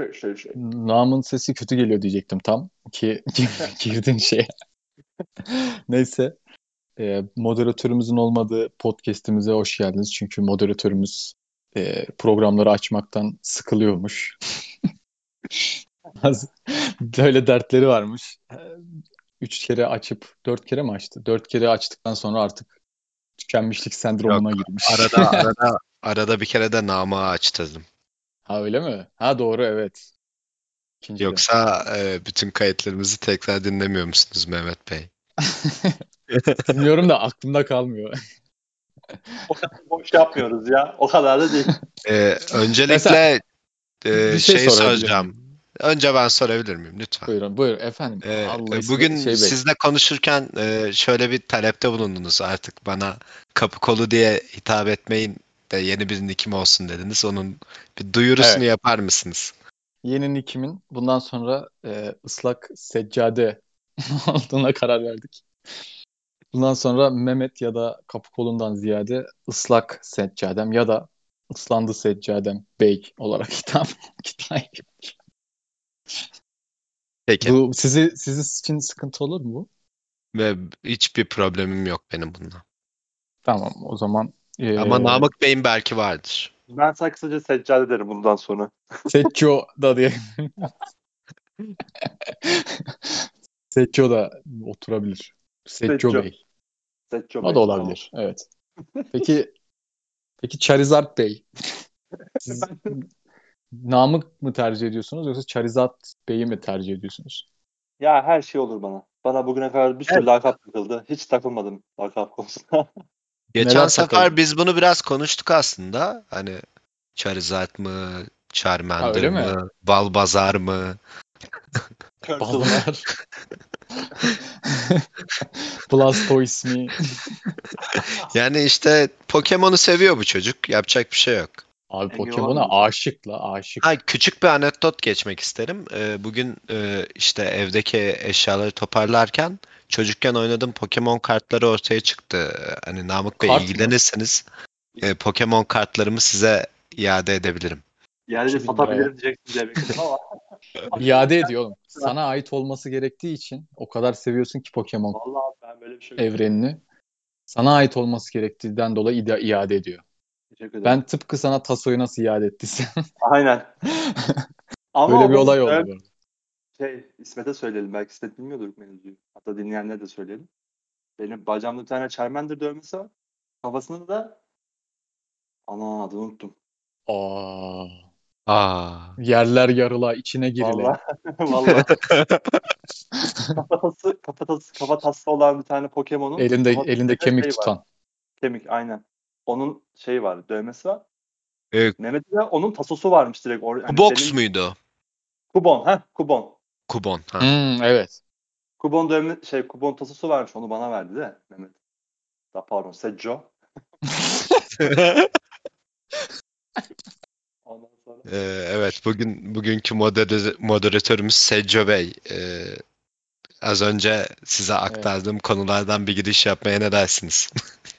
Şey, şey, şey. Namın sesi kötü geliyor diyecektim tam ki girdin şeye. Neyse. Ee, moderatörümüzün olmadığı podcast'imize hoş geldiniz. Çünkü moderatörümüz e, programları açmaktan sıkılıyormuş. Az- Böyle dertleri varmış. Ee, Üç kere açıp, dört kere mi açtı? Dört kere açtıktan sonra artık tükenmişlik sendromuna girmiş. Arada arada arada bir kere de namı açtırdım. Ha öyle mi? Ha doğru evet. İkinci de. Yoksa e, bütün kayıtlarımızı tekrar dinlemiyor musunuz Mehmet Bey? Dinliyorum da aklımda kalmıyor. Boş yapmıyoruz ya. O kadar da değil. E, öncelikle Mesela- e, Bir şey şeyi sorabilir soracağım. Önce ben sorabilir miyim lütfen? Buyurun buyur efendim. E, Allah e, ismi- bugün şey Bey. sizle konuşurken e, şöyle bir talepte bulundunuz artık bana kapı kolu diye hitap etmeyin de yeni bir nickim olsun dediniz. Onun bir duyurusunu yapar mısınız? Yeni nickimin bundan sonra e, ıslak seccade olduğuna karar verdik. Bundan sonra Mehmet ya da kapı kolundan ziyade ıslak seccadem ya da ıslandı seccadem bey olarak hitap hitap- Peki. Bu sizi sizin için sıkıntı olur mu? Ve hiçbir problemim yok benim bununla. Tamam o zaman e, Ama Namık Bey'in belki vardır. Ben sana kısaca seccade derim bundan sonra. Secco da diye. Secco da oturabilir. Secco Secco. Bey. Secco O Bey. da olabilir. Evet. Peki peki Charizard Bey. Siz Namık mı tercih ediyorsunuz yoksa Charizard Bey'i mi tercih ediyorsunuz? Ya her şey olur bana. Bana bugüne kadar bir sürü lakap takıldı. Hiç takılmadım lakap konusunda. Geçen Neler sefer takıldın? biz bunu biraz konuştuk aslında. Hani Charizard mı, Ha, Charmander öyle mi? mı, Balbazar mı? Turtle. Ballar. Blastoise mi? Yani işte Pokemon'u seviyor bu çocuk. Yapacak bir şey yok. Abi Ege var Pokemon'a aşık la aşık. Ha, küçük bir anekdot geçmek isterim. Ee, bugün e, işte evdeki eşyaları toparlarken çocukken oynadığım Pokemon kartları ortaya çıktı. Ee, Hani Namık Bey Kart mı? ilgilenirseniz e, Pokemon kartlarımı size iade edebilirim. Yerlice Kim satabilirim diyeceksin diye bekledim ama. İade ediyor oğlum. Sana ait olması gerektiği için o kadar seviyorsun ki Pokemon Vallahi ben böyle bir şey evrenini sana ait olması gerektiğinden dolayı ida- iade ediyor. Teşekkür ederim. Ben tıpkı sana Taso'yu nasıl iade ettiysem Aynen. Ama böyle bir onu olay ben- oldu. bu arada. Şey, İsmet'e söyleyelim. Belki İsmet bilmiyordur mevzuyu. Hatta dinleyenlere de söyleyelim. Benim bacağımda bir tane Charmander dövmesi var. Kafasında da ana adını unuttum. Aa, Aa. yerler yarıla, içine girile. Vallahi, vallahi. kafatası, kafatası, kafatası olan bir tane Pokemon'un Elinde kafatasında elinde şey kemik var, tutan. Kemik aynen. Onun şeyi var, dövmesi var. Ee, Mehmet'in de onun tasosu varmış direkt. Or- hani Box senin- muydu? o? Kubon, ha Kubon. Kubon. Ha. Hmm, evet. Kubon dövme, şey Kubon tasosu varmış onu bana verdi de Mehmet. Da pardon, Sejo. Ondan sonra Ee, Evet, bugün bugünkü modere- moderatörümüz Secco Bey. Ee, az önce size aktardığım konulardan bir giriş yapmaya ne dersiniz?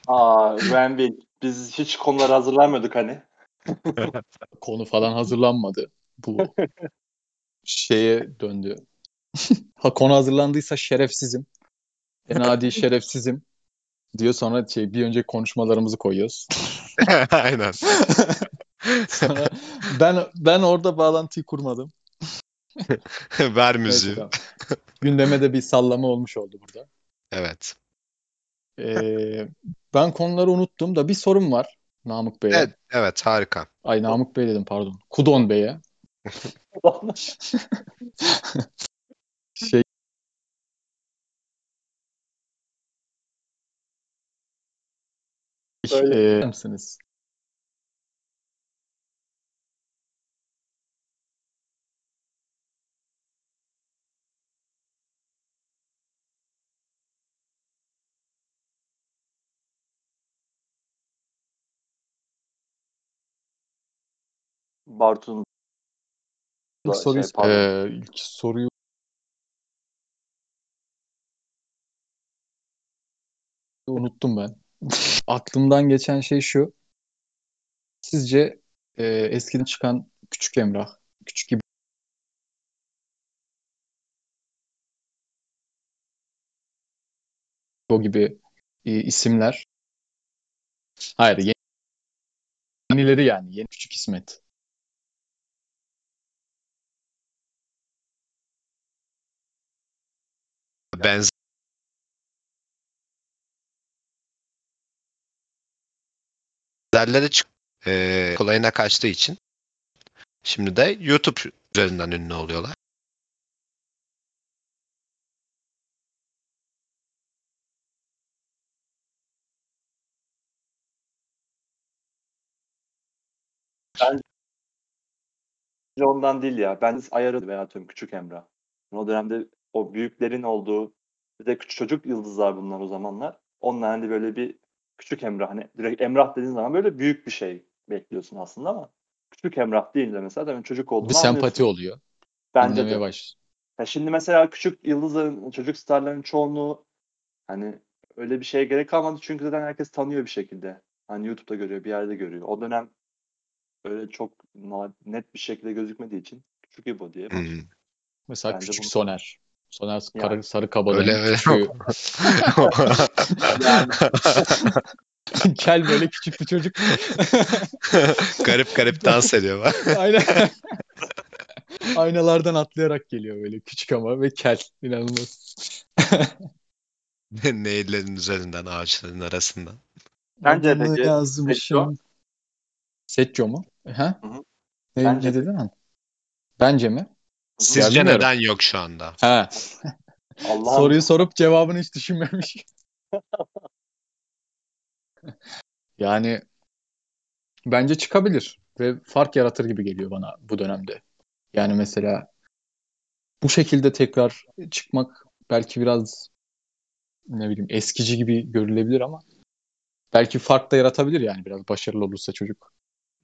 Aa Renville biz hiç konuları hazırlamıyorduk hani. Konu falan hazırlanmadı. Bu şeye döndü. ha konu hazırlandıysa şerefsizim. En adi şerefsizim diyor sonra şey bir önce konuşmalarımızı koyuyoruz. Aynen. Sonra ben ben orada bağlantıyı kurmadım. Ver Evet, müziği. hocam. Gündeme de bir sallama olmuş oldu burada. Evet. Ee, ben konuları unuttum da bir sorum var Namık Bey'e. Evet, evet harika. Ay Namık Bey dedim pardon. Kudon Bey'e. Şey Öyle. Ee, misiniz? Bartu'nun İlk Şey, soruyu pardon. Ee, ilk soruyu unuttum ben. Aklımdan geçen şey şu. Sizce e, eskiden çıkan Küçük Emrah, Küçük o gibi e, isimler. Hayır yeni, yenileri yani yeni küçük İsmet. Benzer derlere çık e, kolayına kaçtığı için şimdi de YouTube üzerinden ünlü oluyorlar. Bence ondan değil ya. Ben ayarı veya tüm küçük Emrah. O dönemde o büyüklerin olduğu bir de küçük çocuk yıldızlar bunlar o zamanlar. Onlar hani böyle bir küçük Emrah hani direkt Emrah dediğin zaman böyle büyük bir şey bekliyorsun aslında ama küçük Emrah deyince mesela demin çocuk olduğunu Bir sempati anlıyorsun. oluyor. Bence de. Dinlemeye başlıyorsun. Ya şimdi mesela küçük yıldızların, çocuk starların çoğunluğu hani öyle bir şeye gerek kalmadı çünkü zaten herkes tanıyor bir şekilde. Hani YouTube'da görüyor, bir yerde görüyor. O dönem öyle çok na- net bir şekilde gözükmediği için küçük İbo diye. Hmm. Mesela Bence küçük bunu- Soner. Soner Yani. Kara- Sarıkabada'nın Öyle öyle. küçüğü. Yani Kel böyle küçük bir çocuk. garip garip dans ediyor bak. Aynen. Aynalardan atlayarak geliyor böyle küçük ama ve kel. İnanılmaz. Nehirlerin üzerinden, ağaçların arasından. Bence Adını peki, yazmışım. Setço mu? Ha? Hı hı. Ne, Bence ne dedin lan? Bence mi? Sizce Sizce bilmiyorum. neden yok şu anda? Ha. Allah'ım Soruyu sorup cevabını hiç düşünmemiş. yani bence çıkabilir ve fark yaratır gibi geliyor bana bu dönemde. Yani mesela bu şekilde tekrar çıkmak belki biraz ne bileyim eskici gibi görülebilir ama belki fark da yaratabilir yani biraz başarılı olursa çocuk.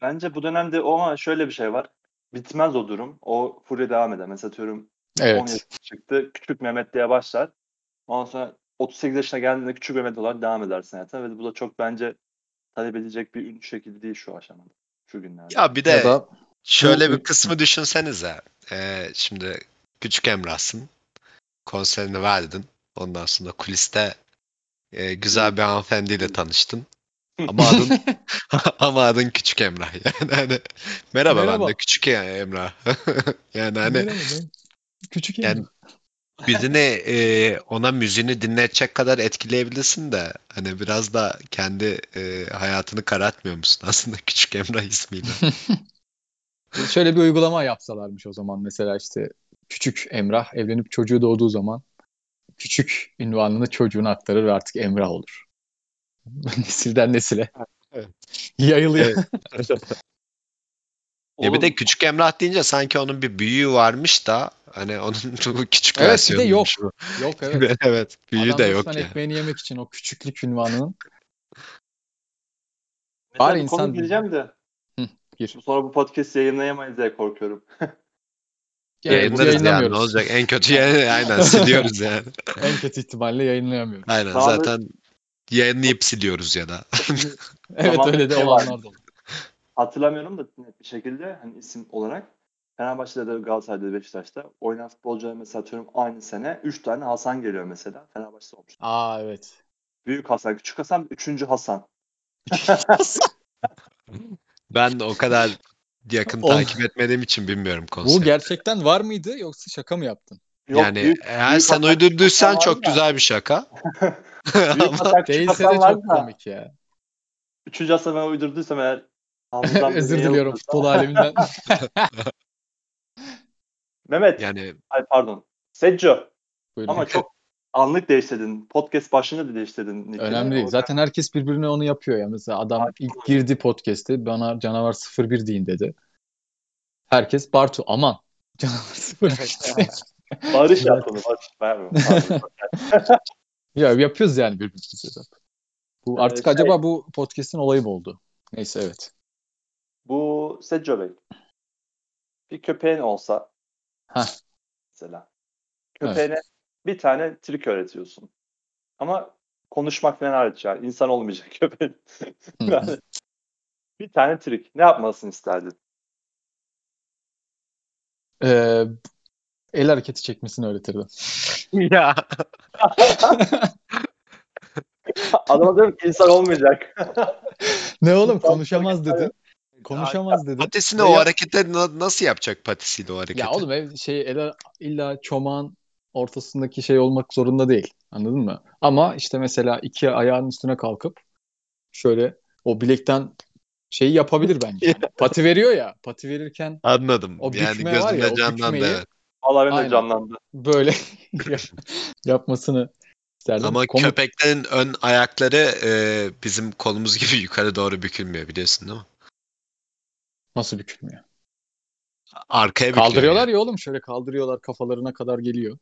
bence bu dönemde o ama şöyle bir şey var. Bitmez o durum. O furya devam eder. Mesela atıyorum 10 Evet. yaşında çıktı. Küçük Mehmet diye başlar. Ondan sonra 38 yaşına geldiğinde küçük Mehmet olarak devam edersin hayatına. Ve bu da çok bence talep edilecek bir ün şekli değil şu aşamada. Şu günlerde. Ya bir de Ya da şöyle bu- bir kısmı düşünsenize. Ee, şimdi küçük Emrah'sın. Konserini verdin. Ondan sonra kuliste e, güzel bir hanımefendiyle tanıştın. Ama adın ama adın küçük Emrah yani hani merhaba, ben Merhaba. de küçük Emrah. yani hani Bilmiyorum ben. küçük Yani- yani. birini e, ona müziğini dinletecek kadar etkileyebilirsin de hani biraz da kendi e, hayatını karartmıyor musun aslında küçük Emrah ismiyle? Şöyle bir uygulama yapsalarmış o zaman mesela işte küçük Emrah evlenip çocuğu doğduğu zaman küçük ünvanını çocuğuna aktarır ve artık Emrah olur. Nesilden nesile. Evet. Yayılıyor. Evet. Ya bir de küçük Emrah deyince sanki onun bir büyüğü varmış da hani onun bu küçük Evet, bir de yok. versiyonuymuş bu. Yok evet. Evet. büyüğü Adam de resmen yok ya. ekmeğini yemek için o küçüklük ünvanının Mesela Bari bu insan- konu gireceğim de. Hı, gir. Sonra bu podcast'i yayınlayamayız diye korkuyorum. Yani Yayınlarız yani ne yayınlamıyoruz. olacak en kötü yani aynen siliyoruz yani. En kötü ihtimalle yayınlayamıyoruz. Aynen Daha da- zaten yayınlayıp siliyoruz ya da. Evet Tamam, öyle de şey olanlar da olur. Hatırlamıyorum da net bir şekilde hani isim olarak Fenerbahçe'de de Galatasaray'da da, Beşiktağ'da oynayan futbolculara mesela atıyorum aynı sene 3 tane Hasan geliyor mesela. Fenerbahçe'de olmuş. Aa evet. Büyük Hasan, küçük Hasan, 3. Hasan. Ben de o kadar yakın Oğlum. takip etmediğim için bilmiyorum Bu konsepti. gerçekten var mıydı yoksa şaka mı yaptın? Yok, yani büyük, eğer büyük sen Hasan, uydurduysan Hasan var çok ya. güzel bir şaka. büyük Ama Hasan, küçük Değilse de Hasan var çok da komik ya. 3. Hasan ben uydurduysam eğer hafızam Özür beni diliyorum yanıltıyorsa- futbol aleminden. Mehmet, yani ay pardon. Secco Buyurun. ama çok anlık değiştirdin. Podcast başlığını da değiştirdin. nickini. Önemli değil. O- Zaten herkes birbirine onu yapıyor ya. Mesela adam Aynen ilk girdi podcast'te bana canavar 01 deyin dedi. Herkes Bartu aman canavar 01. Barış yaptı onu. Barış. Merhaba. Pardon. ya yapıyoruz yani birbirimize zaten. Bu Ee, artık şey- acaba bu podcast'in olayı mı oldu? Neyse evet. Bu Seco Bey. Bir köpeğin olsa Hah. mesela. Köpeğine bir tane trik öğretiyorsun. Ama konuşmak falan hariç yani. İnsan olmayacak köpeğin. Hı. Yani bir tane trik. Ne yapmasını isterdin? Ee, el hareketi çekmesini öğretirdim. ya Adama diyorum ki insan olmayacak. Ne oğlum konuşamaz dedin. Konuşamaz dedin. Patisini Ve o yap- hareketler nasıl yapacak patisiyle o hareketi? Ya oğlum ev şey ele, illa çomağın ortasındaki şey olmak zorunda değil. Anladın mı? Ama işte mesela iki ayağının üstüne kalkıp şöyle o bilekten şeyi yapabilir bence. Hani pati veriyor ya. Pati verirken Anladım. O yani bükme var ya, gözümde o canlandı bükmeyi- evet. Vallahi benim Aynen. de canlandı. böyle yapmasını isterdim. Ama Komik. köpeklerin ön ayakları e, bizim kolumuz gibi yukarı doğru bükülmüyor biliyorsun değil mi? Nasıl bükülmüyor? Arkaya bükülüyor. Kaldırıyorlar yani. ya oğlum şöyle kaldırıyorlar kafalarına kadar geliyor.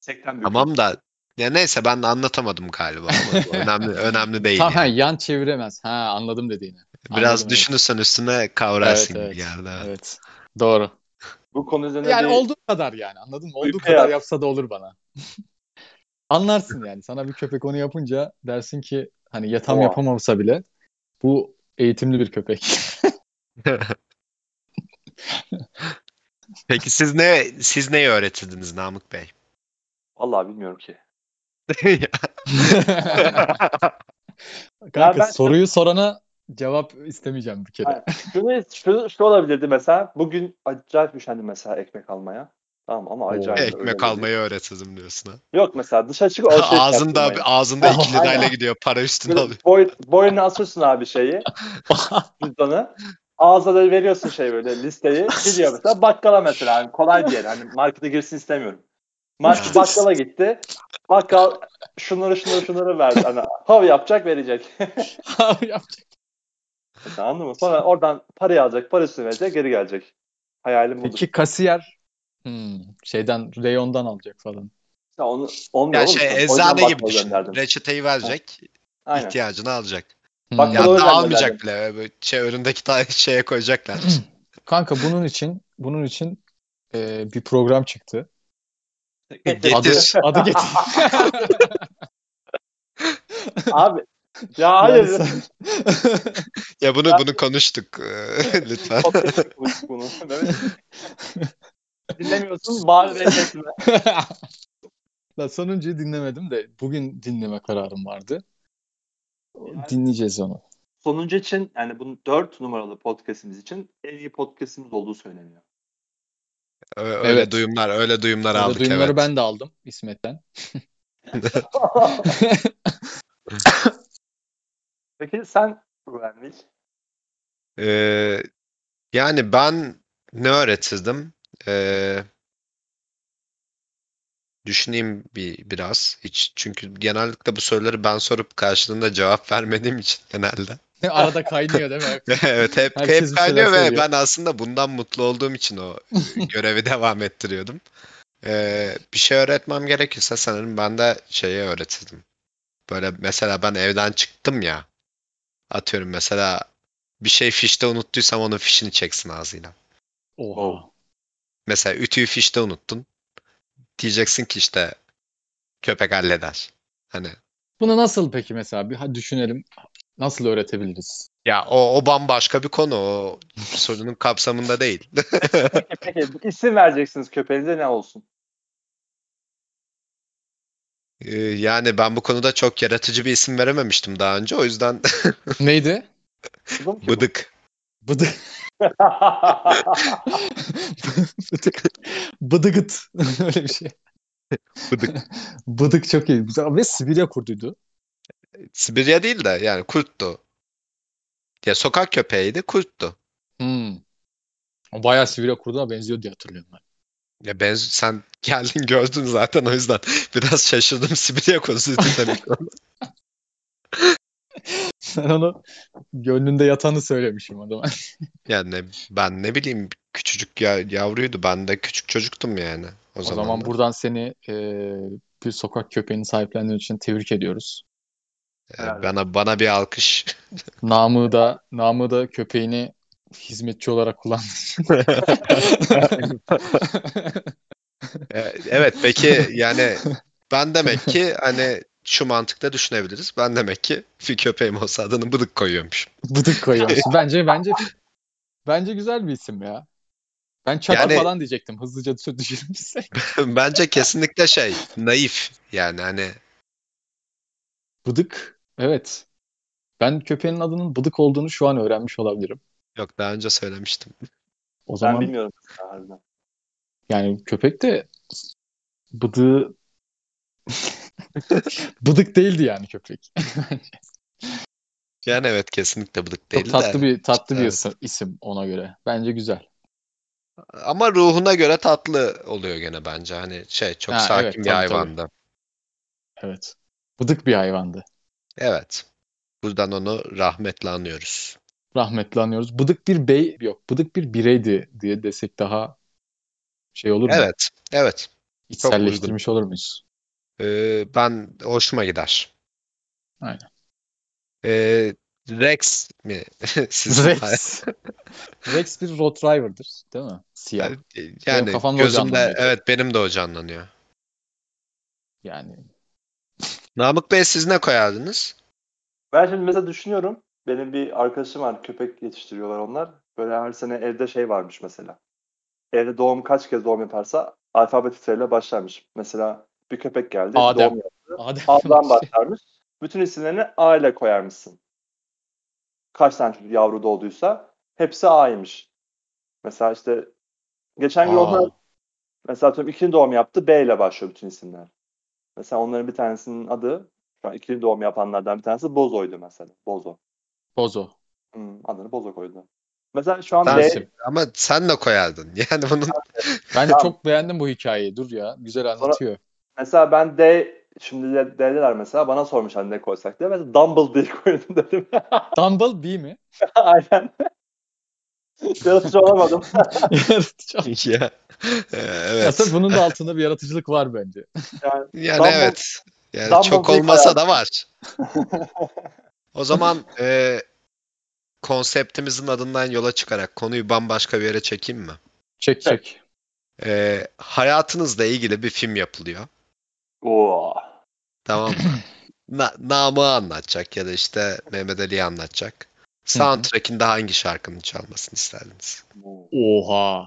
Sekten büyük. Tamam da ya neyse ben de anlatamadım galiba. ama bu önemli önemli değil. Tamam ha, yani. yan çeviremez. Ha anladım dediğini. Biraz anladım, evet. düşünürsen üstüne kavrarsın Evet, gibi geldi. evet. Evet. Doğru. Bu konu üzerine Yani bir olduğu kadar yani anladın mı? Olduğu Uyku kadar yap. yapsa da olur bana. Anlarsın yani. Sana bir köpek onu yapınca dersin ki hani yatam Oha. yapamamsa bile bu eğitimli bir köpek. Peki siz ne siz neyi öğretirdiniz Namık Bey? Vallahi bilmiyorum ki. Kanka ben- soruyu sorana cevap istemeyeceğim bir kere. Aynen. Şunu, şu, şu olabilirdi mesela. Bugün acayip üşendim mesela ekmek almaya. Tamam ama Oo. acayip. da öyle Ekmek bir- almayı öğretirdim diyorsun ha. Yok mesela dışarı çıkıp alışveriş ağzında yaptırmayı. ağzında Aynen. iki lirayla gidiyor para üstüne Böyle alıyor. boy, boynuna asıyorsun abi şeyi. cüzdanı. Ağza da veriyorsun şey böyle listeyi. Gidiyor mesela bakkala mesela. Hani kolay bir yer. Hani markete girsin istemiyorum. Market bakkala gitti. Bakkal şunları şunları şunları verdi. Hani hav yapacak verecek. Yapacak. şey Mesela Anladın mı? Sonra oradan parayı alacak, parasını verecek, geri gelecek. Hayalim budur. Peki kasiyer hmm, şeyden reyondan alacak falan. Ya onu, onu Yani oğlum sen. O şey yüzden eczane gibi bakkala düşün. gönderdim. Reçeteyi verecek, Aynen. ihtiyacını alacak. Hmm. Bak- Ya Bakkala daha gönderdim. almayacak bile. Böyle Şey önündeki tane şeye koyacaklar. Kanka bunun için bunun için e, bir program çıktı. Adı, Getir. adı getir. Abi. Ya hayır. Yani sen- Ya bunu bunu konuştuk. e, Lütfen. Podcast yapmış bunu. Evet. Dinlemiyorsun. Bağır ve etme. La sonuncuyu dinlemedim de bugün dinleme kararım vardı. Yani- Dinleyeceğiz onu. Sonuncu için yani bunun 4 numaralı podcastimiz için en iyi podcastimiz olduğu söyleniyor. Ö- Öyle Evet. duyumlar, öyle duyumlar Arada aldık duyumları evet. ben de aldım İsmet'ten. Peki sen Rubenvil Ee, yani ben ne öğretirdim? Ee, düşüneyim bir biraz. Hiç çünkü genellikle bu soruları ben sorup karşılığında cevap vermediğim için genelde. Arada kaynıyor değil mi? Evet hep Herkes bir hep kaynıyor şeyler ve söylüyor. ben aslında bundan mutlu olduğum için o e, görevi devam ettiriyordum. Ee, bir şey öğretmem gerekirse sanırım ben de şeyi öğretirdim. Böyle mesela ben evden çıktım ya. Atıyorum mesela bir şey fişte unuttuysam onun fişini çeksin ağzıyla. Oha. Oh. Mesela ütüyü fişte unuttun. Diyeceksin ki işte köpek halleder. Hani Bunu nasıl peki mesela? Bir ha- düşünelim. Nasıl öğretebiliriz? ya o, o bambaşka bir konu. O sorunun kapsamında değil. Peki, peki isim vereceksiniz köpeğinize ne olsun? Ee, Yani ben bu konuda çok yaratıcı bir isim verememiştim daha önce. O yüzden Neydi? Kızım ki bu. bıdık. Bıdı bıdık. Bıdıgıt. Öyle bir şey. Bıdık. Bıdık çok iyi. Güzel. Ve Sibirya kurduydu. Sibirya değil de yani kurttu. Ya sokak köpeğiydi, kurttu. Hmm. O Bayağı Sibirya kurduna benziyor diye hatırlıyorum ben. Ya ben sen geldin gördün zaten o yüzden biraz şaşırdım Sibirya konusu dedim. Sen onu gönlünde yatanı söylemişim o zaman. Yani ben ne bileyim küçücük ya, yavruydu. Ben de küçük çocuktum yani o, O zamanlar. zaman buradan seni e, bir sokak köpeğini sahiplendiğin için tebrik ediyoruz. Ee, Bana bana bir alkış. Namı da, namı da köpeğini hizmetçi olarak kullandın. Ee, Evet peki yani ben demek ki hani şu mantıkla düşünebiliriz. Ben demek ki bir köpeğim olsa adını bıdık koyuyormuşum. Bıdık koyuyorsun. Bence bence bence güzel bir isim ya. Ben çakal Yani- falan diyecektim. Hızlıca sö- düşünürse. Bence kesinlikle şey naif yani hani Bıdık. Evet. Ben köpeğin adının Bıdık olduğunu şu an öğrenmiş olabilirim. Yok daha önce söylemiştim. O Ben zaman bilmiyorum mesela harbiden. yani köpek de bıdığı bıdık değildi yani köpek. Yani evet kesinlikle bıdık değil Çok tatlı de. bir tatlı bir Evet. isim- isim ona göre. Bence güzel. Ama ruhuna göre tatlı oluyor gene bence. Hani şey çok Ha, sakin evet, bir tabii, tabii. hayvanda. Evet. Bıdık bir hayvandı. Evet. Buradan onu rahmetle anıyoruz. Rahmetli anıyoruz. Bıdık bir bey yok. Bıdık bir bireydi diye desek daha şey olur mu? Evet. Evet. İçselleştirmiş olur muyuz? Ee, ben hoşuma gider. Aynen. Ee, Rex mi? Sizin Rex. Rex bir Rottweiler'dır, değil mi? Siyah. Yani, yani kafamda o gözümde canlanıyor. evet benim de o canlanıyor. Yani Namık Bey siz ne koyardınız? Ben şimdi mesela düşünüyorum. Benim bir arkadaşım var. Köpek yetiştiriyorlar onlar. Böyle her sene evde şey varmış mesela. Evde doğum kaç kez doğum yaparsa alfabet titreyle başlarmış. Mesela bir köpek geldi. Adem. Doğum yaptı. Adem A'dan başlarmış. Bütün isimlerini A ile koyarmışsın. Kaç tane çocuk yavru doğduysa hepsi A'ymış. Mesela işte geçen gün Aa. onlar mesela tüm ikinci doğum yaptı. B ile başlıyor bütün isimler. Mesela onların bir tanesinin adı şu an ikinci doğum yapanlardan bir tanesi Bozo'ydu mesela. Bozo. Bozo. Hmm, adını boza koydu. Mesela şu an Ben- B, Sensin. Ama sen de koyardın. Yani bunun Ben de Tamam. çok beğendim bu hikayeyi. Dur ya. Güzel anlatıyor. mesela ben D şimdi de D'liler mesela bana sormuş hani ne koysak diye. Mesela Dumble diye koydum dedim. Dumblebee mi? Aynen. Yaratıcı olamadım. Yaratıcı. ya. Ee, evet. Aslında bunun da altında bir yaratıcılık var bence. Yani Dumble- evet. Yani Dumble çok Bee olmasa koyardım. da var. O zaman e, konseptimizin adından yola çıkarak konuyu bambaşka bir yere çekeyim mi? Çek çek. E, hayatınızla ilgili bir film yapılıyor. Oo. Tamam mı? Na, namı anlatacak ya da işte Mehmet Ali'yi anlatacak. Soundtrack'inde hangi şarkının çalmasını isterdiniz? Oha.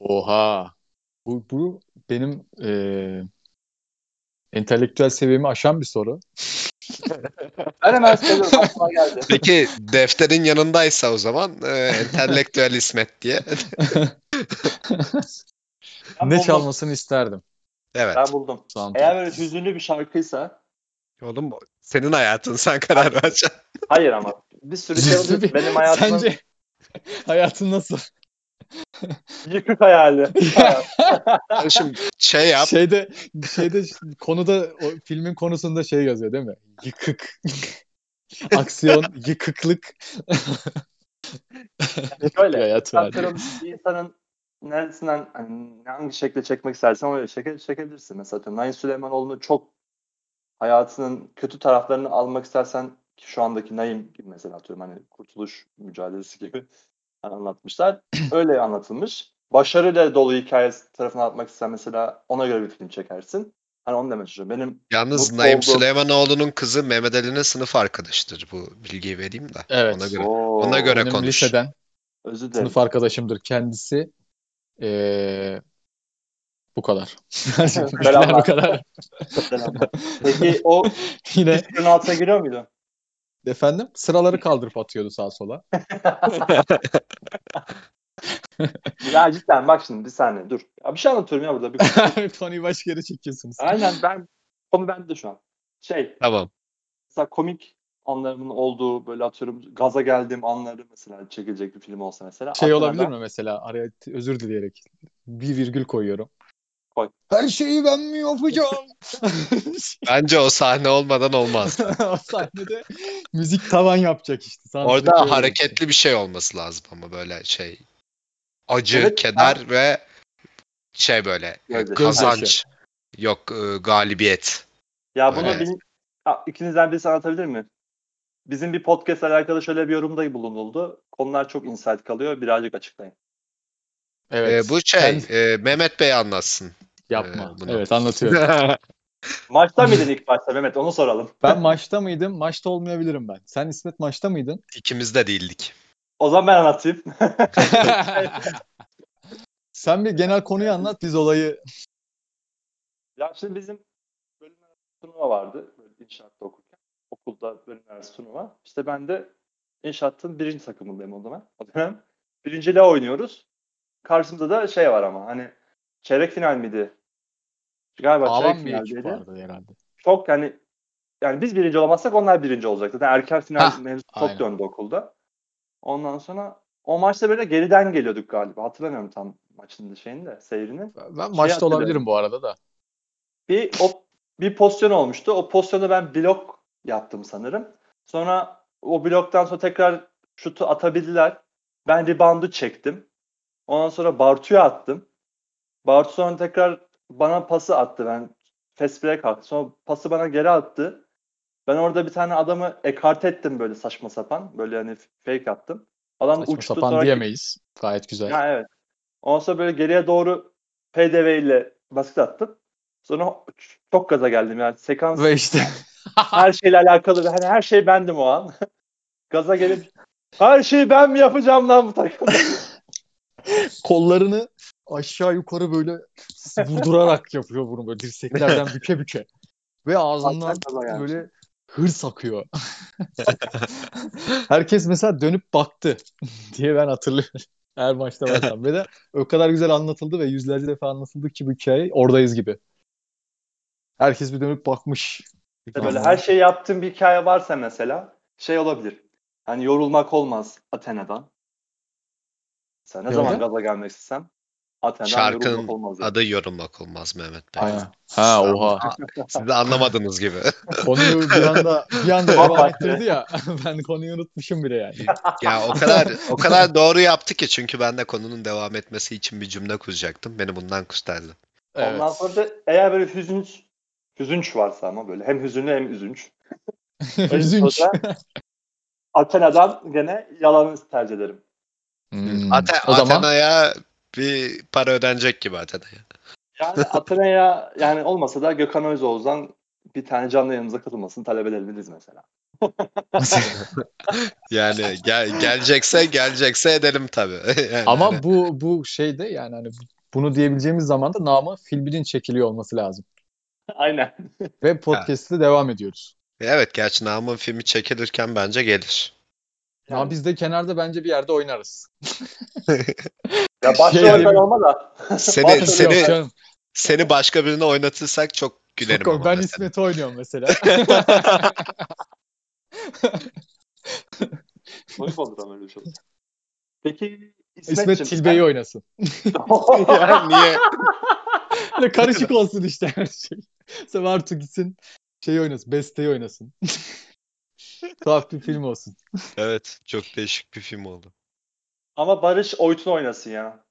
Oha. Bu, bu benim eee entelektüel seviyemi aşan bir soru. Ben hemen söylüyorum. Aklıma geldi. Peki defterin yanındaysa o zaman e, entelektüel İsmet diye. Ben ne buldum. çalmasını isterdim. Evet. Ben buldum. Eğer Soundtrack. böyle hüzünlü bir şarkıysa Oğlum senin hayatın sen karar vereceksin. hayır ama bir sürü şey oluyor. Tabii. Benim hayatımın Sence hayatın nasıl? yıkık hayali. Şimdi şey yap. Şeyde şeyde konuda o filmin konusunda şey yazıyor değil mi? Yıkık. Aksiyon, yıkıklık. Şöyle. hayat var. Atıyorum bir insanın neresinden hani hangi şekilde çekmek istersen öyle şekilde çekebilirsin. Mesela atıyorum Nail Süleymanoğlu'nu çok hayatının kötü taraflarını almak istersen ki şu andaki Naim gibi mesela atıyorum hani kurtuluş mücadelesi gibi anlatmışlar. Öyle anlatılmış. Başarıyla dolu hikayesi tarafına atmak istersen mesela ona göre bir film çekersin. Hani onu demeye çalışıyorum. Benim Yalnız Mutlu Naim oldum. Süleymanoğlu'nun kızı Mehmet Ali'nin sınıf arkadaşıdır. Bu bilgiyi vereyim de. Evet. Ona göre. Oo, ona göre- Benim konuş. liseden özür dilerim. sınıf arkadaşımdır kendisi. Ee, bu kadar. Bilgiler bu kadar. Selamlar. Peki o Yine sınıfın altına giriyor muydu? efendim sıraları kaldırıp atıyordu sağa sola. Ya cidden bak şimdi bir saniye dur. Ya bir şey anlatıyorum ya burada. Bir... Konuyu başka yere çekiyorsunuz. Aynen ben konu bende şu an. Şey Tamam. mesela komik anlarımın olduğu böyle atıyorum gaza geldiğim anları mesela çekilecek bir film olsa mesela. Şey aklıma olabilir da- mi mesela araya t- özür dileyerek bir virgül koyuyorum. Koy. Her şeyi ben mi yapacağım? Bence o sahne olmadan olmaz. o sahnede müzik tavan yapacak işte. Soundtrack'ı Orada öyle hareketli bir şey olması lazım ama böyle şey acı, Evet, keder ve şey böyle e, Gözyaşı. kazanç. Yok e, galibiyet. Ya bunu Evet. bilin- Ya ikinizden birisi anlatabilir mi? Bizim bir podcast alakalı şöyle bir yorumda bulunuldu. Konular çok insight kalıyor. Birazcık açıklayın. yapıyor. E, Evet. bu şey Sen e, Mehmet Bey anlatsın. yapma. e, bunu. evet anlatıyorum. Maçta mıydın ilk başta Mehmet? Onu soralım. ben maçta mıydım? Maçta olmayabilirim ben. Sen İsmet maçta mıydın? İkimiz de değildik. O zaman ben anlatayım. Sen bir genel konuyu anlat biz olayı. Ya şimdi bizim bölüm arası turnuva vardı. Böyle inşaatta okurken. Okulda bölümler sunuma. İşte ben de inşaatın birinci takımındayım o zaman. O dönem birinciliğe oynuyoruz. Karşımızda da şey var ama hani çeyrek final miydi? Galiba çeyrek Sağlam bir ekip finaldeydi. vardı herhalde. Çok yani yani biz birinci olamazsak onlar birinci olacak. Zaten erken final Hah, mevzu aynen. çok döndü okulda. Ondan sonra o maçta böyle geriden geliyorduk galiba. Hatırlamıyorum tam maçın şeyini de seyrini. Ben maçta hatırlıyorum. olabilirim bu arada da. Bir o bir pozisyon olmuştu. O pozisyonu ben blok yaptım sanırım. Sonra o bloktan sonra tekrar şutu atabildiler. Ben reboundu çektim. Ondan sonra Bartu'ya attım. Bartu sonra tekrar bana pası attı. Ben fast break attım. Sonra pası bana geri attı. Ben orada bir tane adamı ekart ettim böyle saçma sapan. Böyle hani fake attım. Adam Saçma uçtu sapan sonra diyemeyiz. Gayet güzel. ya evet. Ondan sonra böyle geriye doğru PDV ile basket attım. Sonra çok gaza geldim yani. Sekans Ve işte her şeyle alakalı. Hani her şey bendim o an. gaza gelip her şeyi ben mi yapacağım lan bu takımda? kollarını aşağı yukarı böyle vurdurarak yapıyor bunu böyle dirseklerden büke büke. Ve ağzından Hakikaten gaza gelmiş. böyle hırs akıyor. Herkes mesela dönüp baktı diye ben hatırlıyorum. Her maçta baksam. Ve de o kadar güzel anlatıldı ve yüzlerce defa anlatıldı ki bu hikaye oradayız gibi. Herkes bir dönüp bakmış. İşte böyle her şey- şeyi yaptığım bir hikaye varsa mesela şey olabilir. Hani yorulmak olmaz Athena'dan. Sen ne Ne zaman oldu? gaza gelmek istesem Athena'dan Şarkının yorulmak olmaz. derim. Adı yorulmak olmaz Mehmet Bey. Aynen. Ha oha. Siz de anlamadınız gibi. Konuyu bir anda bir anda Bak devam bak. ettirdi ya. Ben konuyu unutmuşum bile yani. ya o kadar o kadar doğru yaptı ki çünkü ben de konunun devam etmesi için bir cümle kuracaktım. Beni bundan kurtardı. Evet. Ondan sonra da eğer böyle hüzünç, hüzünç varsa ama böyle hem hüzünlü hem üzünç. Üzünç. O da Athena'dan gene yalanı tercih ederim. Hmm. Ate- o zaman Athena'ya bir para ödenecek gibi Athena'ya. Yani Athena'ya yani olmasa da Gökhan Özoğuz'dan bir tane canlı yayınımıza katılmasını talep edebiliriz mesela. Yani gel- gelecekse gelecekse edelim tabii. Yani hani ama bu bu şeyde yani hani bunu diyebileceğimiz zaman da namı filminin çekiliyor olması lazım. Aynen. Ve podcast'te devam ediyoruz. evet gerçi Nam'ın filmi çekilirken bence gelir. Ama Yani- biz de kenarda bence bir yerde oynarız. Ya Şey başrolden diyeyim- olma da. Seni Başrolü seni yok canım. seni başka birine oynatırsak çok gülerim Çok- ama ben mesela. İsmet'i oynuyorum mesela. Komik olur ama öyle bir şey. Peki İsmet'cim. İsmet Tilbe'yi oynasın. Ya niye? Böyle karışık olsun işte her şey. Sen artık gitsin şey oynasın, besteyi oynasın. Tuhaf bir film olsun. Evet, çok değişik bir film oldu. Ama Barış Oytun oynasın ya.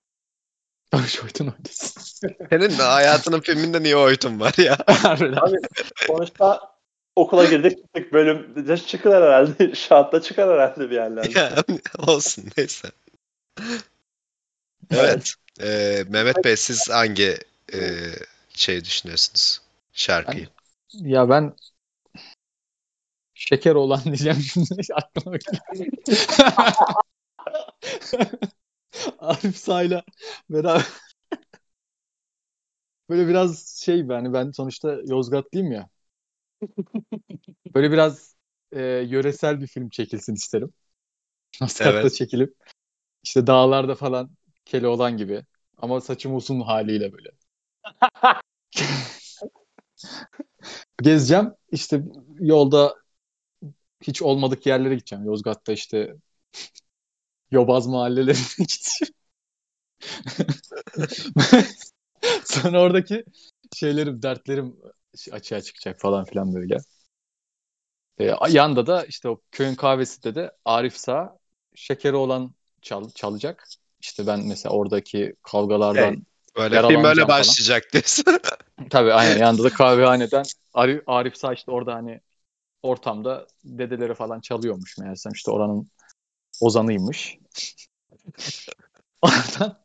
Barış Oytun oynasın. Senin de hayatının filminde niye oytun var ya? Harbiden. Abi sonuçta okula girdik çıktık bölüm de çıkar herhalde. Şahatta çıkar herhalde bir yerlerde. Yani olsun neyse. Evet. eee, Mehmet Bey siz hangi eee şeyi düşünüyorsunuz? Şarkıyı. Ya ben şeker olan diyeceğim şimdi aklıma geldi. Arif Sağ'la beraber böyle biraz şey yani ben sonuçta Yozgatlıyım ya. Böyle biraz e, yöresel bir film çekilsin isterim. Yozgat'ta Evet. çekilip işte dağlarda falan Keloğlan gibi ama saçım uzun haliyle böyle. Gezeceğim. İşte yolda hiç olmadık yerlere gideceğim. Yozgat'ta işte yobaz mahallelerine gideceğim. Sonra oradaki şeylerim, dertlerim açığa çıkacak falan filan böyle. Ee, yanda da işte o köyün kahvesinde de Arif Sağ şekeri olan çal- çalacak. İşte ben mesela oradaki kavgalardan Hey. Böyle film Yaralanacağım böyle falan. başlayacak diyorsun. Tabii aynen yanında da kahvehaneden Arif, Arif Sağ işte orada hani ortamda dedeleri falan çalıyormuş meğersem işte oranın ozanıymış. Oradan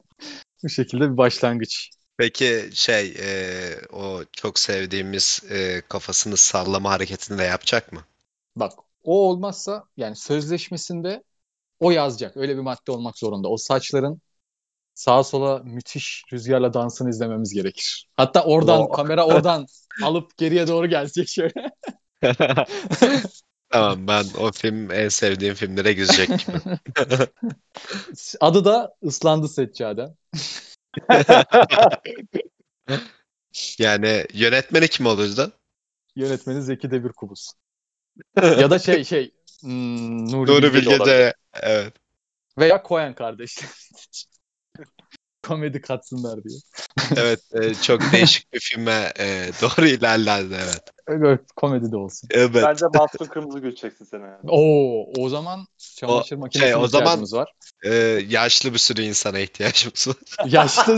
bu şekilde bir başlangıç. Peki şey eee, o çok sevdiğimiz eee, kafasını sallama hareketini de yapacak mı? Bak o olmazsa yani sözleşmesinde o yazacak. Öyle bir madde olmak zorunda. O saçların sağa sola müthiş rüzgarla dansını izlememiz gerekir. Hatta oradan Oo. kamera oradan alıp geriye doğru gelecek şöyle. Tamam ben o film en sevdiğim filmlere girecek gibi. Adı da ıslandı seccade. Yani yönetmeni kim olurdu? Yönetmeni Zeki Demirkubuz. Ya da şey şey hmm, Nuri, Nuri Bilge de Bilge olabilir. de evet. Veya Koyan kardeşler. Komedi katsınlar diye. Evet e, çok değişik bir filme e, doğru ilerlerdi evet. Evet, komedi de olsun. Evet. Bence Mahsun Kırmızıgül çeksin seni. abi. Oo, o zaman çamaşır makinesi şey, o zaman- ihtiyacımız var. E, yaşlı bir sürü insana ihtiyacımız var. Yaşlı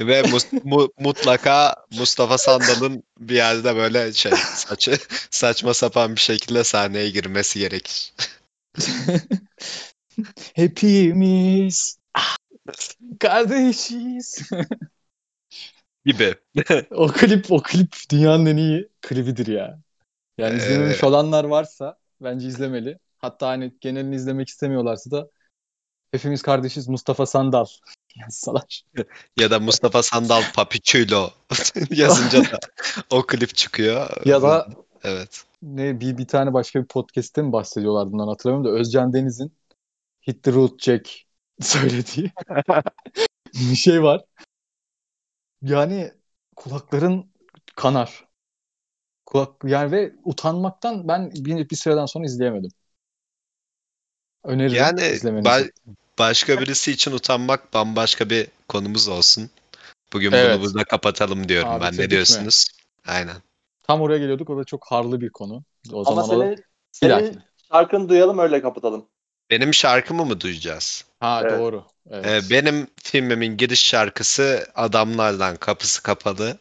Ve mus- mu- mutlaka Mustafa Sandal'ın bir yerde böyle şey saçı, saçma sapan bir şekilde sahneye girmesi gerekir. hepimiz ah, kardeşiz. Gibi. o klip o klip dünyanın en iyi klibidir ya. Yani izlememiş olanlar varsa bence izlemeli. Hatta hani genelini izlemek istemiyorlarsa da hepimiz kardeşiz Mustafa Sandal yazsalar. Ya da Mustafa Sandal Papichulo yazınca da o klip çıkıyor. Ya da evet. ne bir, bir tane başka bir podcast'te mi bahsediyorlar bundan hatırlamıyorum da Özcan Deniz'in Hit the Road Jack söylediği bir şey var. Yani kulakların kanar. Kulak yani ve utanmaktan ben bir, bir süreden sonra izleyemedim. Öneririm Yani izlemenizi. ba- başka birisi için utanmak bambaşka bir konumuz olsun. Bugün Evet. bunu burada kapatalım diyorum Abi, ben. bitirdik Ne mi? diyorsunuz? Aynen. Tam oraya geliyorduk. O da çok harlı bir konu. O Ama zaman o senin, da... Bir senin dahakine. şarkını duyalım öyle kapatalım. Benim şarkımı mı duyacağız? Ha Evet. doğru. Evet. Ee, benim filmimin giriş şarkısı Adamlardan Kapısı Kapalı.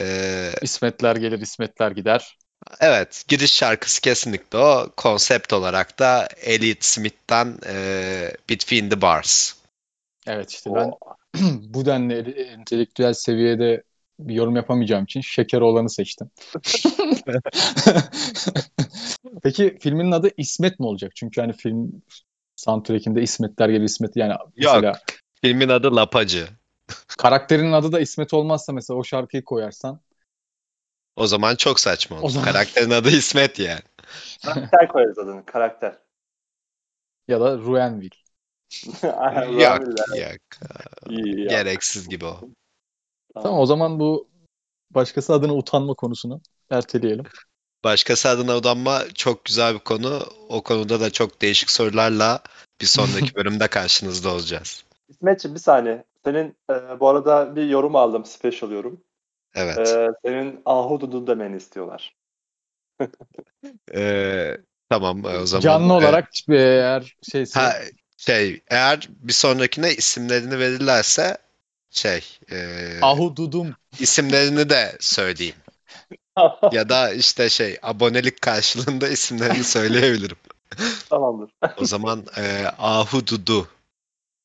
Ee, İsmetler gelir, İsmetler gider. evet, giriş şarkısı kesinlikle o. Konsept olarak da Elliot Smith'ten ee, Between the Bars. Evet işte ben O- bu denli ele- entelektüel seviyede bir yorum yapamayacağım için şeker olanı seçtim. Peki filmin adı İsmet mi olacak? Çünkü hani film soundtrack'inde İsmetler gelir İsmet yani mesela Filmin adı Lapacı. karakterinin adı da İsmet olmazsa mesela o şarkıyı koyarsan O zaman çok saçma O olur. zaman- Karakterin adı İsmet yani. Karakter koyarız adını. Karakter. ya da Ruenville. Aynen, Yok, Ramil'le. yok. İyi ya. Gereksiz gibi o. Tamam o zaman bu başkası adına utanma konusunu erteleyelim. Başkası adına udanma çok güzel bir konu. O konuda da çok değişik sorularla bir sonraki bölümde karşınızda olacağız. İsmetciğim bir saniye. Senin e, bu arada bir yorum aldım. Special yorum. Evet. E, senin ahududu demeni istiyorlar. Ee, tamam o zaman. Canlı Ee, olarak eğer şeyse ha, şey eğer bir sonrakine isimlerini verirlerse şey ee, ahududum isimlerini de söyleyeyim. Ya da işte şey abonelik karşılığında isimlerini söyleyebilirim. Tamamdır. O zaman ee, Ahu Dudu